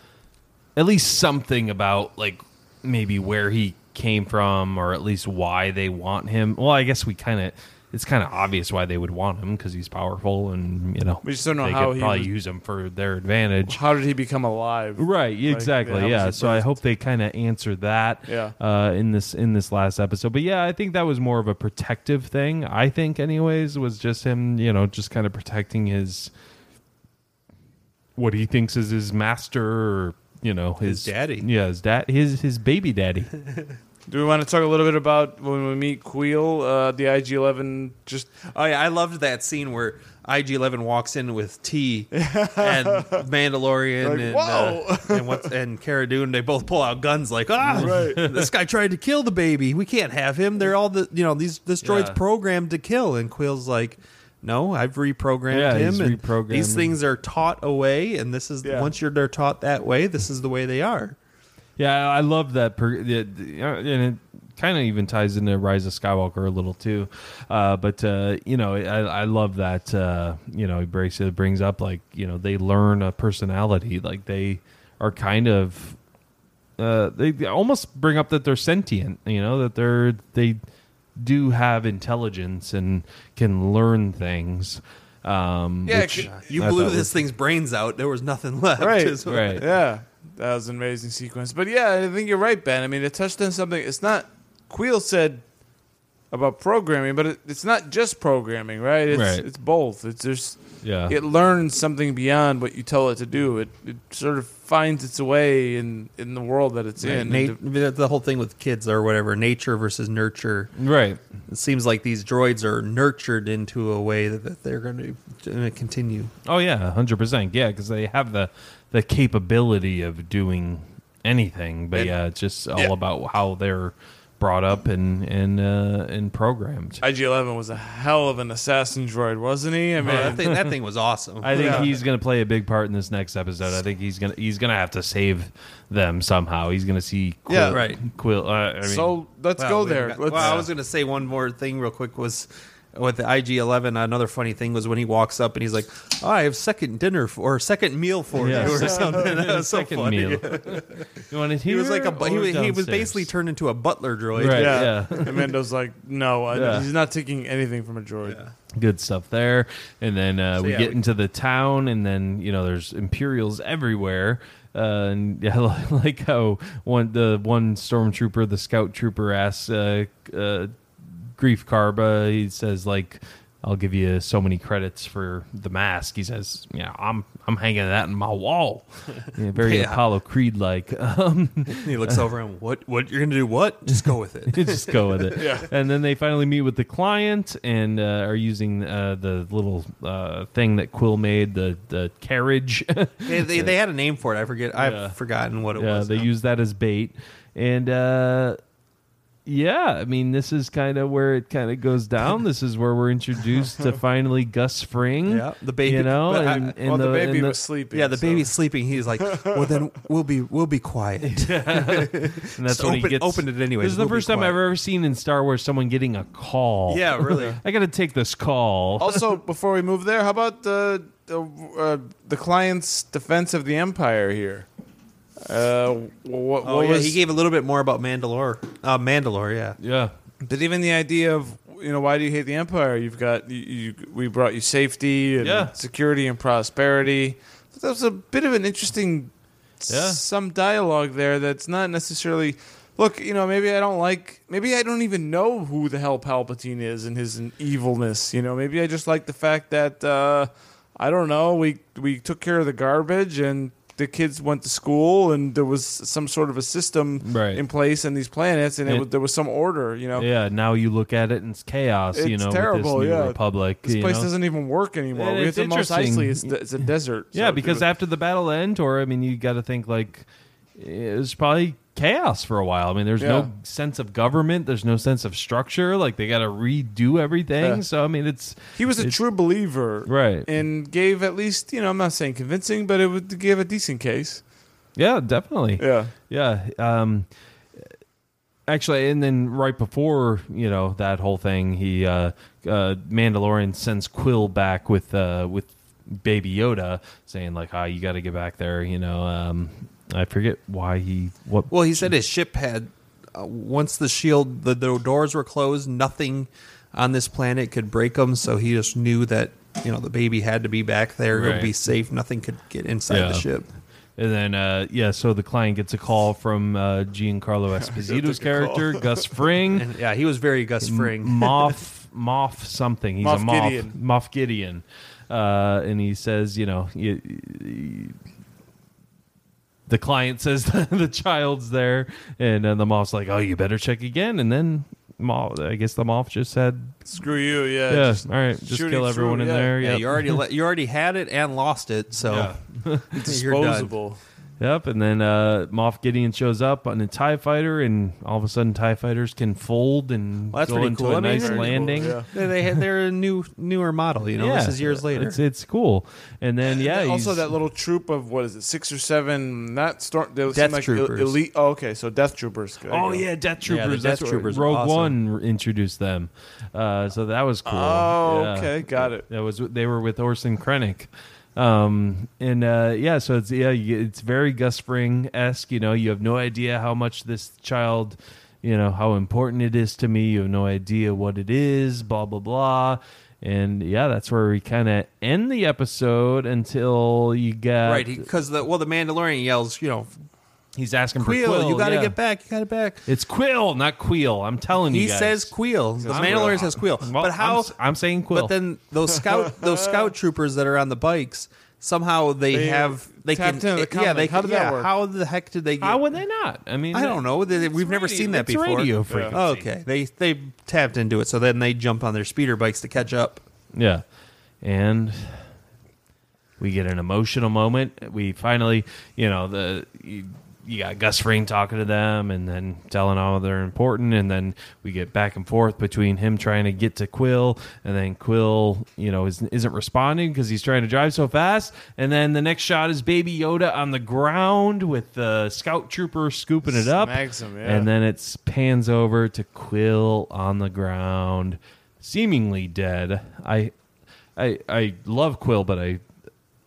S2: at least something about like maybe where he came from or at least why they want him. Well, I guess we kind of. It's kind of obvious why they would want him because he's powerful, and you know
S1: We just don't know
S2: they
S1: how
S2: could
S1: he
S2: probably
S1: was-
S2: use him for their advantage.
S1: How did he become alive?
S2: Right,
S1: Like,
S2: exactly.
S1: that was
S2: yeah.
S1: his
S2: So I
S1: first-
S2: hope they kind of answer that
S1: Yeah.
S2: uh, in this in this last episode. But yeah, I think that was more of a protective thing. I think anyways was just him, you know, just kind of protecting his what he thinks is his master or you know, his,
S3: His daddy.
S2: Yeah, his dad his his baby daddy.
S1: Do we want to talk a little bit about when we meet Queel, uh, the IG Eleven? Just
S3: Oh yeah, I loved that scene where IG Eleven walks in with T and Mandalorian
S1: Like,
S3: and
S1: whoa!
S3: uh, and what's and Cara Dune. They both pull out guns like, ah,
S1: Right.
S3: this guy tried to kill the baby. We can't have him. They're all the you know these this droid's
S2: Yeah.
S3: programmed to kill. And Quill's like, no, I've reprogrammed
S2: Yeah,
S3: him.
S2: he's
S3: and
S2: reprogrammed
S3: These
S2: him.
S3: things are taught away, and this is
S1: Yeah.
S3: once you're they're taught that way, this is the way they are.
S2: Yeah, I love that. Per- the, the- uh, and it kind of even ties into Rise of Skywalker a little too. Uh, but uh, you know, I, I love that. Uh, you know, it breaks it brings up like you know they learn a personality. Like they are kind of uh, they, they almost bring up that they're sentient. You know that they're they do have intelligence and can learn things. Um, which-
S3: you
S2: I
S3: blew
S2: thought
S3: this
S2: was-
S3: thing's brains out. There was nothing left.
S1: right,
S3: is what-
S2: Right.
S1: Yeah, that was an amazing sequence. But yeah, I think you're right, Ben. I mean, it touched on something. It's not Queel said about programming, but it, it's not just programming, right? It's,
S2: Right.
S1: It's both. It's there's
S2: Yeah.
S1: It learns something beyond what you tell it to do. It it sort of finds its way in in the world that it's in.
S3: Nat- the whole thing with kids or whatever, nature versus nurture.
S2: right.
S3: It seems like these droids are nurtured into a way that, that they're going to continue.
S2: Oh yeah, hundred percent. Yeah, because they have the the capability of doing anything. But yeah, it's just all
S1: yeah.
S2: about how they're brought up and and uh, and programmed.
S1: IG Eleven was a hell of an assassin droid, wasn't he? I mean,
S3: Oh, that, thing, that thing was awesome.
S2: I think
S1: Yeah.
S2: he's gonna play a big part in this next episode. I think he's gonna he's gonna have to save them somehow. He's gonna see Quill,
S1: Yeah.
S3: Right.
S2: Quill. Uh, I mean,
S1: so let's
S3: Wow,
S1: go
S3: we haven't
S1: there.
S3: got-
S1: Let's-
S3: well, I was going to say one more thing real quick was with the IG Eleven. Another funny thing was when he walks up and he's like, oh, "I have second dinner for, or second meal for
S2: Yeah,
S3: you," or
S2: second-
S3: something. That was so
S2: second
S3: funny.
S2: meal. you want it
S3: He
S2: here?
S3: was like a bu- he,
S2: or
S3: was- he was
S2: downstairs?
S3: basically turned into a butler droid.
S2: Right.
S1: yeah.
S2: yeah.
S1: and Mando's like, no, I,
S2: Yeah.
S1: he's not taking anything from a droid.
S2: good stuff there and then uh, we
S3: yeah,
S2: get
S3: we-
S2: into the town and then you know there's imperials everywhere uh, and yeah like, like how one the one stormtrooper the scout trooper asks uh, uh, grief carba he says like i'll give you so many credits for the mask he says yeah i'm i'm hanging that in my wall Yeah, very
S3: Yeah.
S2: apollo creed like
S3: And he looks over and what what you're going to do? What? Just go with it.
S2: just go with it. And then they finally meet with the client and uh, are using uh, the little uh, thing that Quill made, the the carriage. Uh,
S3: they, they, they had a name for it. I forget. I've
S2: Yeah.
S3: forgotten what it
S2: yeah,
S3: was.
S2: they
S3: now.
S2: use that as bait. And uh, yeah, I mean, this is kind of where it kind of goes down. this is where we're introduced to finally Gus Fring.
S3: Yeah, the baby-
S2: You know,
S3: but uh, I-
S2: and, and
S1: well, the,
S2: the-
S1: baby
S2: and the-
S1: was sleeping.
S3: yeah, the
S1: so-
S3: baby's sleeping. He's like, "Well, then we'll be we'll be quiet."
S2: and that's
S3: Just
S2: when he
S3: open-
S2: gets-
S3: open it anyways.
S2: This is the
S3: We'll be
S2: first time
S3: quiet.
S2: I've ever seen in Star Wars someone getting a call.
S3: yeah, really. Oh.
S2: I got to take this call.
S1: Also, before we move there, how about the the, uh, the client's defense of the Empire here? Uh, what,
S3: Oh,
S1: what
S3: yeah,
S1: was
S3: he gave a little bit more about Mandalore. Uh, Mandalore, yeah.
S2: Yeah.
S1: But even the idea of you know why do you hate the empire? You've got you, you we brought you safety and
S2: Yeah.
S1: security and prosperity. But that was a bit of an interesting s-
S2: Yeah.
S1: some dialogue there that's not necessarily look you know maybe I don't like maybe I don't even know who the hell Palpatine is and his evilness. You know maybe I just like the fact that uh, I don't know we we took care of the garbage and. The kids went to school, and there was some sort of a system
S2: Right.
S1: in place on these planets, and it,
S2: It-
S1: was, there was some order, you know.
S2: Yeah, now you look at it and it's chaos. you
S1: It's
S2: know,
S1: terrible,
S2: With this new
S1: yeah.
S2: republic.
S1: This
S2: you
S1: place
S2: know?
S1: doesn't even work anymore.
S2: And
S1: we have
S2: it's
S1: the most
S2: interesting.
S1: isolated. It's, it's a desert.
S2: Yeah,
S1: so-
S2: because after the battle end, or I mean, you got to think like it was probably chaos for a while. I mean, there's
S1: Yeah.
S2: no sense of government, there's no sense of structure. Like they got to redo everything.
S1: Yeah.
S2: So I mean, it's
S1: He was a true believer,
S2: Right.
S1: And gave at least you know I'm not saying convincing, but it would give a decent case.
S2: yeah, definitely.
S1: Yeah,
S2: Yeah. Um, actually, and then right before you know that whole thing, he uh, uh, Mandalorian sends Quill back with uh, with Baby Yoda, saying like, "Ah, you got to get back there." You know, um, I forget why he what.
S3: Well, he said his ship had uh, once the shield the, the doors were closed, nothing on this planet could break them. So he just knew that you know the baby had to be back there
S2: Right.
S3: to be safe. Nothing could get inside
S2: Yeah.
S3: the ship.
S2: And then, uh, yeah, so the client gets a call from uh, Giancarlo Esposito's character, Gus Fring.
S3: And yeah, he was very Gus
S2: Mm,
S3: Fring.
S2: Moff Moff something. He's a
S1: Moff
S2: Moff
S1: Gideon.
S2: Moff Gideon, uh, and he says, you know, you, the client says the child's there, and then the Moff's like, oh, you better check again, and then Moff, I guess the Moff just said,
S1: screw you. Yeah,
S2: yeah,
S1: Uh, just
S2: all right, just
S1: shooting
S2: kill everyone
S1: through,
S2: in
S1: yeah.
S2: there,
S3: Yeah,
S2: yep.
S3: you already let, you already had it and lost it, so
S2: Yeah.
S3: you're done.
S1: disposable.
S2: Yep, and then uh, Moff Gideon shows up on a Tie Fighter, and all of a sudden, Tie Fighters can fold and
S3: Well, that's
S2: go
S3: pretty
S2: into
S3: cool.
S2: a
S3: I mean,
S2: nice
S3: very cool,
S2: landing.
S1: Yeah.
S3: They, they had, they're a new newer model, you know. This is years later.
S2: It's it's cool, and then yeah,
S1: also
S2: he's-
S1: that little troop of what is it, six or seven? Not storm. They seem
S3: Death
S1: like
S3: Troopers.
S1: elite. Oh, okay, so death troopers. There you
S2: Oh
S1: go.
S2: yeah, Death
S3: Yeah, the
S2: Troopers.
S3: Death
S2: That's
S3: Troopers
S2: Where Rogue
S3: are awesome.
S2: One introduced them, uh, so that was cool.
S1: Oh,
S2: Yeah.
S1: okay, got it.
S2: That was they were with Orson Krennic, um, and uh, yeah, so it's yeah, you- it's very Gus Fring esque. You know, you have no idea how much this child. You know how important it is to me. You have no idea what it is. Blah blah blah, and yeah, that's where we kind of end the episode until you get
S3: right, because the well, the Mandalorian yells, you know,
S2: he's asking for
S3: Queel,
S2: Quill.
S3: you got to
S2: yeah.
S3: get back, you got it back.
S2: It's Quill, not Queel. I'm telling you.
S3: He
S2: guys.
S3: says Queel. The
S2: I'm-
S3: Mandalorian says Queel.
S2: Well,
S3: but how?
S2: I'm, s- I'm saying Quill.
S3: But then those scout those scout troopers that are on the bikes somehow they,
S1: They
S3: have they
S1: tapped
S3: can
S1: into the
S3: yeah
S1: comic.
S3: they
S1: How did
S3: yeah,
S1: that work?
S3: How the heck did they? Get,
S2: how would they not? I mean,
S3: I don't know. They,
S2: it's
S3: we've never
S2: radio-
S3: seen that
S2: it's
S3: before.
S2: Radio frequency.
S3: Oh, okay, they they tapped into it, so then they jump on their speeder bikes to catch up.
S2: Yeah, and we get an emotional moment. We finally, you know, the you, you got Gus Fring talking to them, and then telling all they're important, and then we get back and forth between him trying to get to Quill, and then Quill, you know, is, isn't responding because he's trying to drive so fast, and then the next shot is Baby Yoda on the ground with the scout trooper scooping it up,
S1: Snags him, yeah.
S2: and then it pans over to Quill on the ground, seemingly dead. I, I, I love Quill, but I,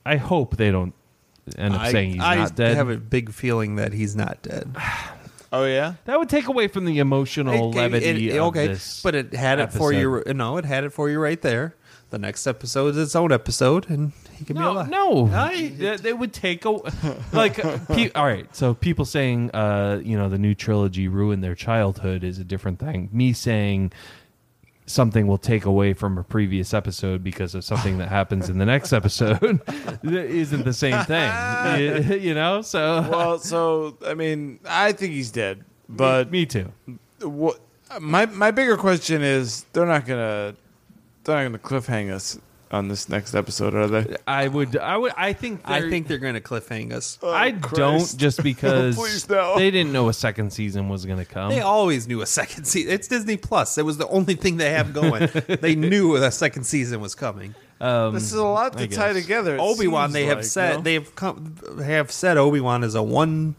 S2: I hope they don't end up
S3: I,
S2: saying he's
S3: I
S2: not dead.
S3: have a big feeling that he's not dead.
S1: Oh yeah.
S2: that would take away from the emotional
S3: It- it-
S2: levity
S3: it-
S2: of
S3: okay,
S2: this
S3: but it had it for you. No, it had it for you right there. The next episode is its own episode, and he can be
S2: No,
S3: alive.
S2: no,
S3: I-
S2: They- they would take a like. Pe- all right, so people saying, uh, you know, the new trilogy ruined their childhood is a different thing. Me saying something will take away from a previous episode because of something that happens in the next episode isn't the same thing, you, you know. So
S1: Well, so I mean, I think he's dead, but
S2: me too.
S1: what my my bigger question is they're not gonna they're not gonna cliffhang us on this next episode, are they?
S2: I would. I would. I think.
S3: I
S2: they're- Um,
S3: think they're going to cliffhang us.
S2: I
S1: Christ.
S2: don't just because
S1: Please, no.
S2: they didn't know a second season was going to come.
S3: They always knew a second season. It's Disney Plus. It was the only thing they have going. they knew a second season was coming.
S1: this is a lot to
S2: I
S1: tie
S2: guess.
S1: together. it
S3: Obi Wan,
S1: seems
S3: Um, they have
S1: like,
S3: said
S1: you know?
S3: they have come, have said Obi Wan is a one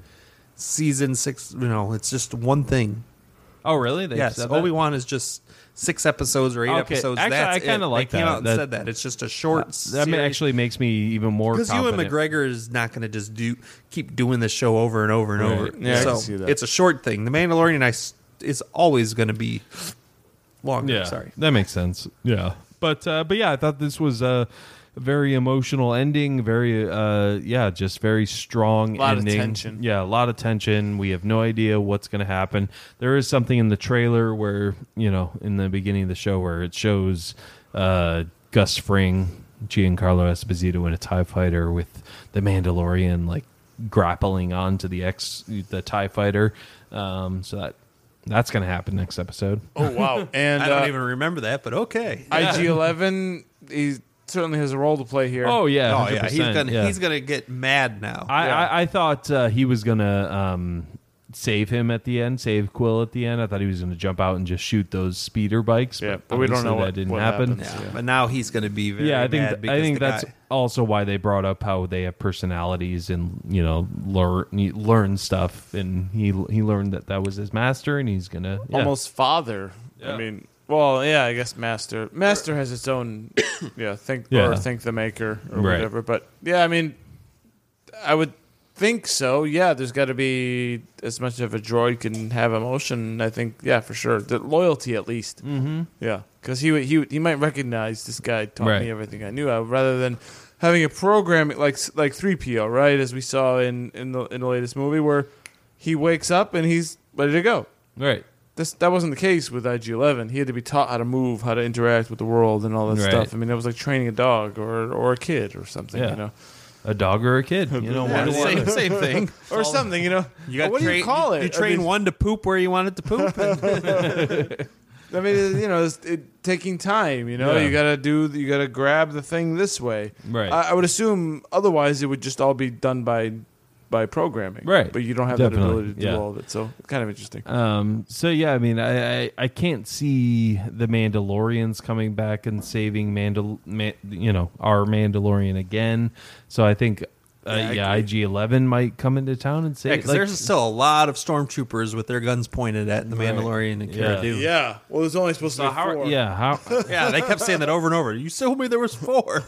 S3: season six. You know, it's just one thing.
S2: oh, really? They
S3: yes,
S2: said that?
S3: Obi Wan is just six episodes or eight
S2: Okay,
S3: episodes.
S2: actually,
S3: That's
S2: I kinda
S3: it.
S2: like
S3: they came
S2: that.
S3: out and
S2: That-
S3: said that it's just a short.
S2: That ma- actually makes me even more
S3: because you and
S2: confident.
S3: McGregor is not going to just do keep doing this show over and over and
S2: Right.
S3: over.
S1: Yeah, I
S3: so
S1: can see that.
S3: it's a short thing. The Mandalorian I s- is always going to be longer.
S2: Yeah,
S3: Sorry.
S2: that makes sense. Yeah, but uh, but yeah, I thought this was a very emotional ending. Very uh, yeah, just very strong.
S1: Lot of
S2: ending.
S1: tension.
S2: Yeah, a lot of tension. We have no idea what's going to happen. There is something in the trailer where you know in the beginning of the show where it shows uh, Gus Fring, Giancarlo Esposito in a Tie Fighter with the Mandalorian like grappling onto the X the Tie Fighter. Um, so that that's going to happen next episode.
S1: Oh wow! And
S3: I don't
S1: uh,
S3: even remember that, but okay.
S1: IG Eleven, he's certainly has a role to play here.
S2: Oh yeah,
S3: oh yeah, he's
S2: 100%,
S3: gonna
S2: yeah.
S3: he's gonna get mad now.
S2: I,
S1: Yeah.
S2: I, I thought uh, he was gonna um, save him at the end, save Quill at the end. I thought he was gonna jump out and just shoot those speeder bikes.
S1: Yeah, but we don't
S2: obviously
S1: know
S2: that
S1: what-
S2: didn't
S1: what
S2: happen.
S1: happens.
S3: yeah. But now he's gonna be very
S2: Yeah, I think
S3: mad
S2: th-
S3: because
S2: I think
S3: the
S2: that's
S3: guy-
S2: also why they brought up how they have personalities and you know learn you learn stuff, and he he learned that that was his master, and he's gonna yeah.
S1: almost father. I mean, well, yeah, I guess master. Master has its own, yeah, think
S2: Yeah.
S1: or think the maker or
S2: Right.
S1: whatever. But yeah, I mean, I would think so. Yeah, there's got to be as much of a droid can have emotion. I think, yeah, for sure, the loyalty at least. Mm-hmm. Yeah, because he would- he would- he might recognize this guy taught
S2: Right.
S1: me everything I knew, uh, rather than having a program like like three PO, right? As we saw in in the in the latest movie where he wakes up and he's ready to go
S2: right.
S1: this that wasn't the case with IG Eleven. He had to be taught how to move, how to interact with the world, and all that
S2: Right.
S1: stuff. I mean, that was like training a dog or or a kid or something,
S2: Yeah.
S1: you know,
S2: A dog or a kid, you know,
S3: Yeah,
S2: one or the
S3: same,
S2: other.
S3: same thing.
S1: or something, you know.
S3: You got
S1: what do
S3: train-
S1: you call it?
S3: You train
S1: I mean,
S3: one to poop where you want it to poop.
S1: I mean, you know, it's it, taking time. You know,
S2: Yeah.
S1: you gotta do, you gotta grab the thing this way.
S2: Right.
S1: I, I would assume otherwise it would just all be done by by programming.
S2: Right.
S1: But you don't have that
S2: Definitely,
S1: ability to
S2: yeah.
S1: do all of it, so it's kind of interesting.
S2: Um, so yeah, I mean, I, I I can't see the Mandalorians coming back and saving Mandal, Ma- you know, our Mandalorian again. So I think, uh,
S3: Yeah,
S2: yeah,
S3: I
S2: IG Eleven might come into town and save.
S3: Yeah, because
S2: like-
S3: there's still a lot of stormtroopers with their guns pointed at the Mandalorian and Cara
S2: Yeah.
S3: Dune.
S1: Yeah. Well, there's only supposed to be four.
S2: yeah, how?
S3: Yeah, they kept saying that over and over. You told me there was four.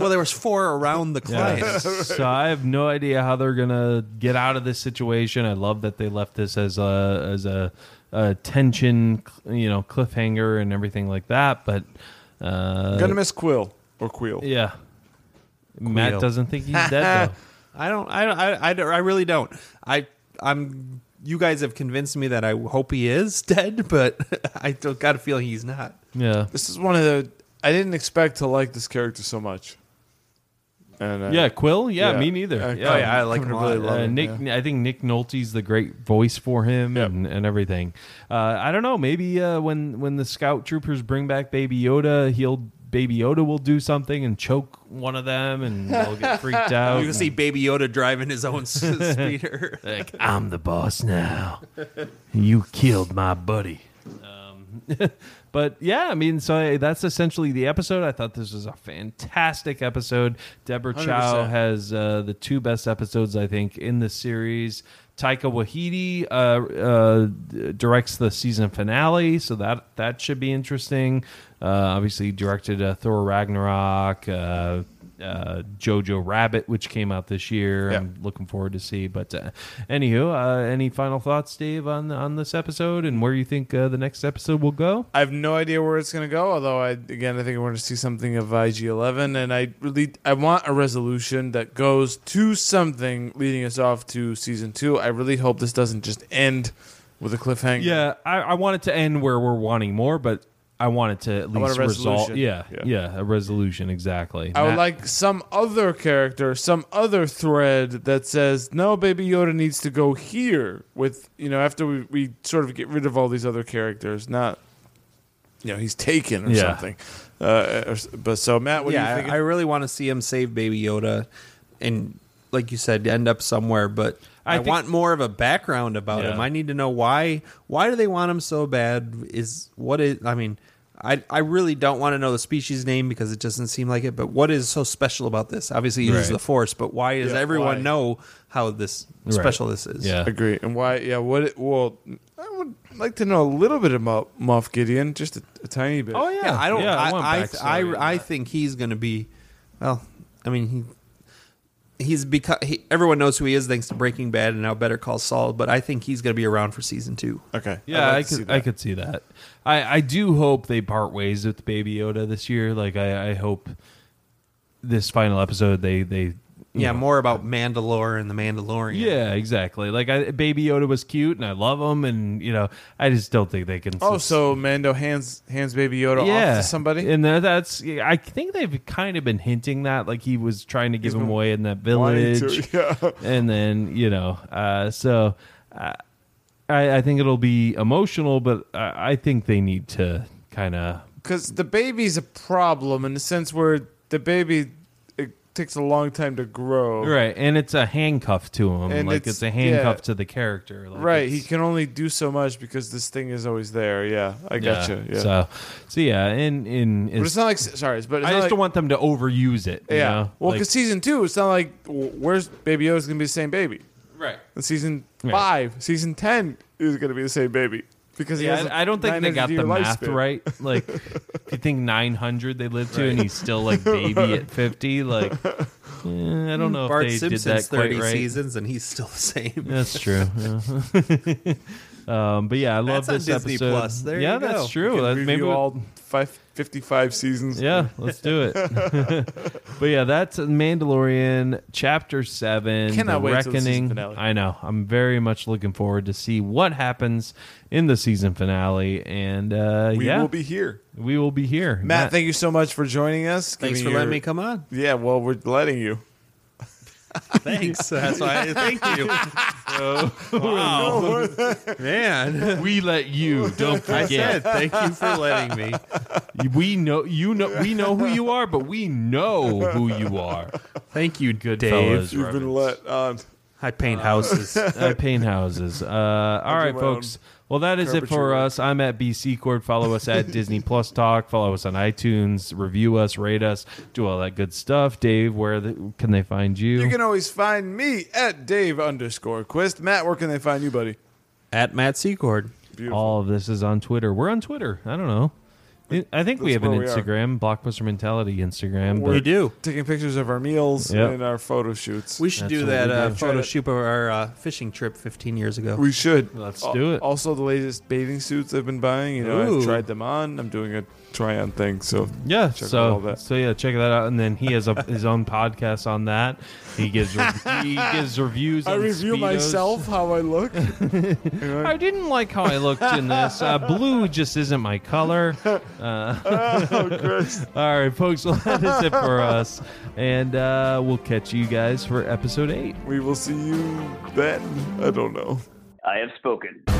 S3: well, there was four around the client.
S2: Yeah. so I have no idea how they're gonna get out of this situation. I love that they left this as a as a, a tension, you know, cliffhanger and everything like that. But uh,
S1: Gonna miss Quill or Quill.
S2: yeah, Matt
S3: Quill.
S2: doesn't think he's dead though.
S3: I don't. I don't. I, I, don't- I really don't. I. I'm. You guys have convinced me that I hope he is dead, but I don't got a feeling he's not.
S2: Yeah.
S1: This is one of the I didn't expect to like this character so much. And uh,
S2: Yeah, Quill. Yeah,
S1: Yeah.
S2: me neither.
S1: Uh,
S2: yeah,
S3: oh, yeah, I like him a lot.
S2: Uh, Nick, I think Nick Nolte's the great voice for him
S1: Yeah.
S2: and, and everything. Uh, I don't know. Maybe uh, when when the scout troopers bring back Baby Yoda, he'll Baby Yoda will do something and choke one of them, and they'll get freaked out.
S3: You can see Baby Yoda driving his own s- speeder.
S2: like I'm the boss now. you killed my buddy. Um, but yeah, I mean, so I, that's essentially the episode. I thought this was a fantastic episode. Deborah Chow
S1: 100%.
S2: has uh, the two best episodes I think in the series. Taika Waititi uh, uh, directs the season finale, so that that should be interesting. Uh, obviously, directed uh, Thor Ragnarok. Uh, uh, Jojo Rabbit, which came out this year,
S1: Yeah.
S2: I'm looking forward to see. But uh, anywho, uh, any final thoughts, Dave, on on this episode and where you think uh, the next episode will go?
S1: I have no idea where it's going to go. Although I again, I think we're going to see something of IG Eleven, and I really I want a resolution that goes to something leading us off to season two. I really hope this doesn't just end with a cliffhanger.
S2: Yeah, I, I want it to end where we're wanting more, but I want it to at
S1: want
S2: least
S1: a
S2: resolve.
S1: resolution.
S2: Yeah, yeah,
S1: Yeah.
S2: a resolution exactly.
S1: I would
S2: Matt-
S1: like some other character, some other thread that says, "No, Baby Yoda needs to go here." With you know, after we, we sort of get rid of all these other characters, not you know he's taken or
S2: Yeah.
S1: something. Uh, or s- but so Matt, what do you
S3: yeah,
S1: think?
S3: I, I really want to see him save Baby Yoda, and like you said, end up somewhere. But
S2: I
S3: I,
S2: think-
S3: want more of a background about
S2: Yeah.
S3: him. I need to know why. Why do they want him so bad? Is what is? I mean, I I really don't want to know the species name because it doesn't seem like it. But what is so special about this? Obviously, he uses
S2: Right.
S3: the Force, but why does
S1: Yeah,
S3: everyone
S1: why?
S3: know how this
S2: Right.
S3: special this is?
S2: Yeah.
S1: agree, and why? Yeah, what? It, well, I would like to know a little bit about Moff Gideon, just a, a tiny bit.
S2: Oh yeah,
S3: yeah, I don't.
S2: Yeah,
S3: I
S2: want
S3: I I,
S2: backstory on
S3: I,
S2: that.
S3: think he's going to be. Well, I mean, he he's because he, everyone knows who he is thanks to Breaking Bad and now Better Call Saul. But I think he's going to be around for season two.
S1: Okay. I'd
S2: Yeah,
S1: like
S2: I
S1: to see
S2: could
S1: that.
S2: I could see that. I I do hope they part ways with Baby Yoda this year. Like I I hope this final episode they they you
S3: Yeah,
S2: know,
S3: more about Mandalore and the Mandalorian.
S2: yeah, exactly. Like I, Baby Yoda was cute, and I love him, and you know, I just don't think they can.
S1: Oh,
S2: sus-
S1: so Mando hands hands Baby Yoda off
S2: yeah,
S1: to somebody.
S2: and that, that's. yeah, I think they've kind of been hinting that, like he was trying to give him away in that
S1: Wanting
S2: village,
S1: to, yeah.
S2: and then you know, uh, so uh, I, I think it'll be emotional, but I, I think they need to kind of
S1: because the baby's a problem in the sense where the baby it takes a long time to grow.
S2: Right, and it's a handcuff to him.
S1: And
S2: like
S1: it's-
S2: it's, a handcuff
S1: yeah.
S2: to the character. Like,
S1: Right, he
S2: it's-
S1: can only do so much because this thing is always there. Yeah, I gotcha. Yeah,
S2: So, so yeah, and in
S1: but it's not like sorry, but it's
S2: I
S1: not
S2: just
S1: like,
S2: don't want them to overuse it. you
S1: yeah.
S2: know?
S1: Well,
S2: Like-
S1: because season two, it's not like w- where's Baby O's gonna be the same baby.
S2: right.
S1: And season
S2: Right.
S1: five, season ten is gonna be the same baby because he
S2: Yeah,
S1: has
S2: I, I don't think they got the
S1: 900 year
S2: math
S1: lifespan.
S2: right. Like, if you think 900 they lived to, and he's still like baby at 50, like, eh, I don't know
S3: Bart
S2: if they
S3: Simpson's
S2: did that quite
S3: thirty
S2: right.
S3: seasons and he's still the same.
S2: That's true. Yeah. um, but yeah, I love
S3: That's on
S2: this
S3: Disney
S2: episode.
S3: Plus. There
S2: yeah,
S3: you
S2: that's
S3: go.
S2: true.
S1: We can
S2: That-
S1: review
S2: maybe we-
S1: all five, 55 seasons.
S2: Yeah, let's do it. but yeah, that's Mandalorian chapter seven.
S1: Cannot
S2: the
S1: wait till the
S2: reckoning.
S1: season finale.
S2: I know. I'm very much looking forward to see what happens in the season finale, and uh,
S1: we
S2: yeah,
S1: will be here.
S2: we will be here.
S1: Matt, thank you so much for joining us.
S3: Thanks for
S1: giving
S3: letting
S1: your-
S3: me come on.
S1: Yeah, well, we're letting you.
S3: Thanks. That's why. I, thank you. wow, man.
S2: we let you. Don't
S3: I
S2: forget.
S3: said thank you for letting me.
S2: we know you know we know who you are, but we know who you are.
S3: Thank you,
S2: Good
S3: Dave.
S2: fellas.
S1: You've been
S2: Roberts.
S1: let on.
S3: I paint houses.
S2: I paint houses. Uh, all right,
S1: my
S2: folks.
S1: own
S2: Well, that is it
S1: curvature
S2: for
S1: work.
S2: us. I'm at BC Cord. Follow us at Disney Plus Talk. Follow us on iTunes. Review us. Rate us. Do all that good stuff. Dave, where the, can they find you?
S1: You can always find me at Dave underscore Quist. Matt, where can they find you, buddy?
S3: At Matt Secord.
S1: Beautiful.
S2: all of this is on Twitter. We're on Twitter. I don't know. I- I think we
S1: That's
S2: have an
S1: where we are.
S2: Instagram, Blockbuster Mentality Instagram.
S1: We're
S3: You
S2: But
S3: do.
S1: Taking pictures of our meals
S2: Yep.
S1: and our photo shoots.
S3: We should
S2: That's
S3: do
S2: what
S3: that
S2: we
S3: uh,
S2: do.
S3: photo shoot of our uh, fishing trip 15 years ago.
S1: We should.
S2: Let's
S1: Al-
S2: do it.
S1: Also, the latest bathing suits I've been buying. You know,
S3: Ooh.
S1: I've tried them on. I'm doing a try on thing. So
S2: yeah,
S1: Check out all
S2: so
S1: that.
S2: so yeah, check that out. And then he has a, his own podcast on that. He gives re- he gives reviews.
S1: I
S2: on
S1: review
S2: Speedos.
S1: myself how I look.
S2: I didn't like how I looked in this. Uh, blue just isn't my color. Uh,
S1: Oh,
S2: all right, folks, well, that is it for us. And uh, we'll catch you guys for episode eight.
S1: we will see you then. I don't know.
S4: I have spoken.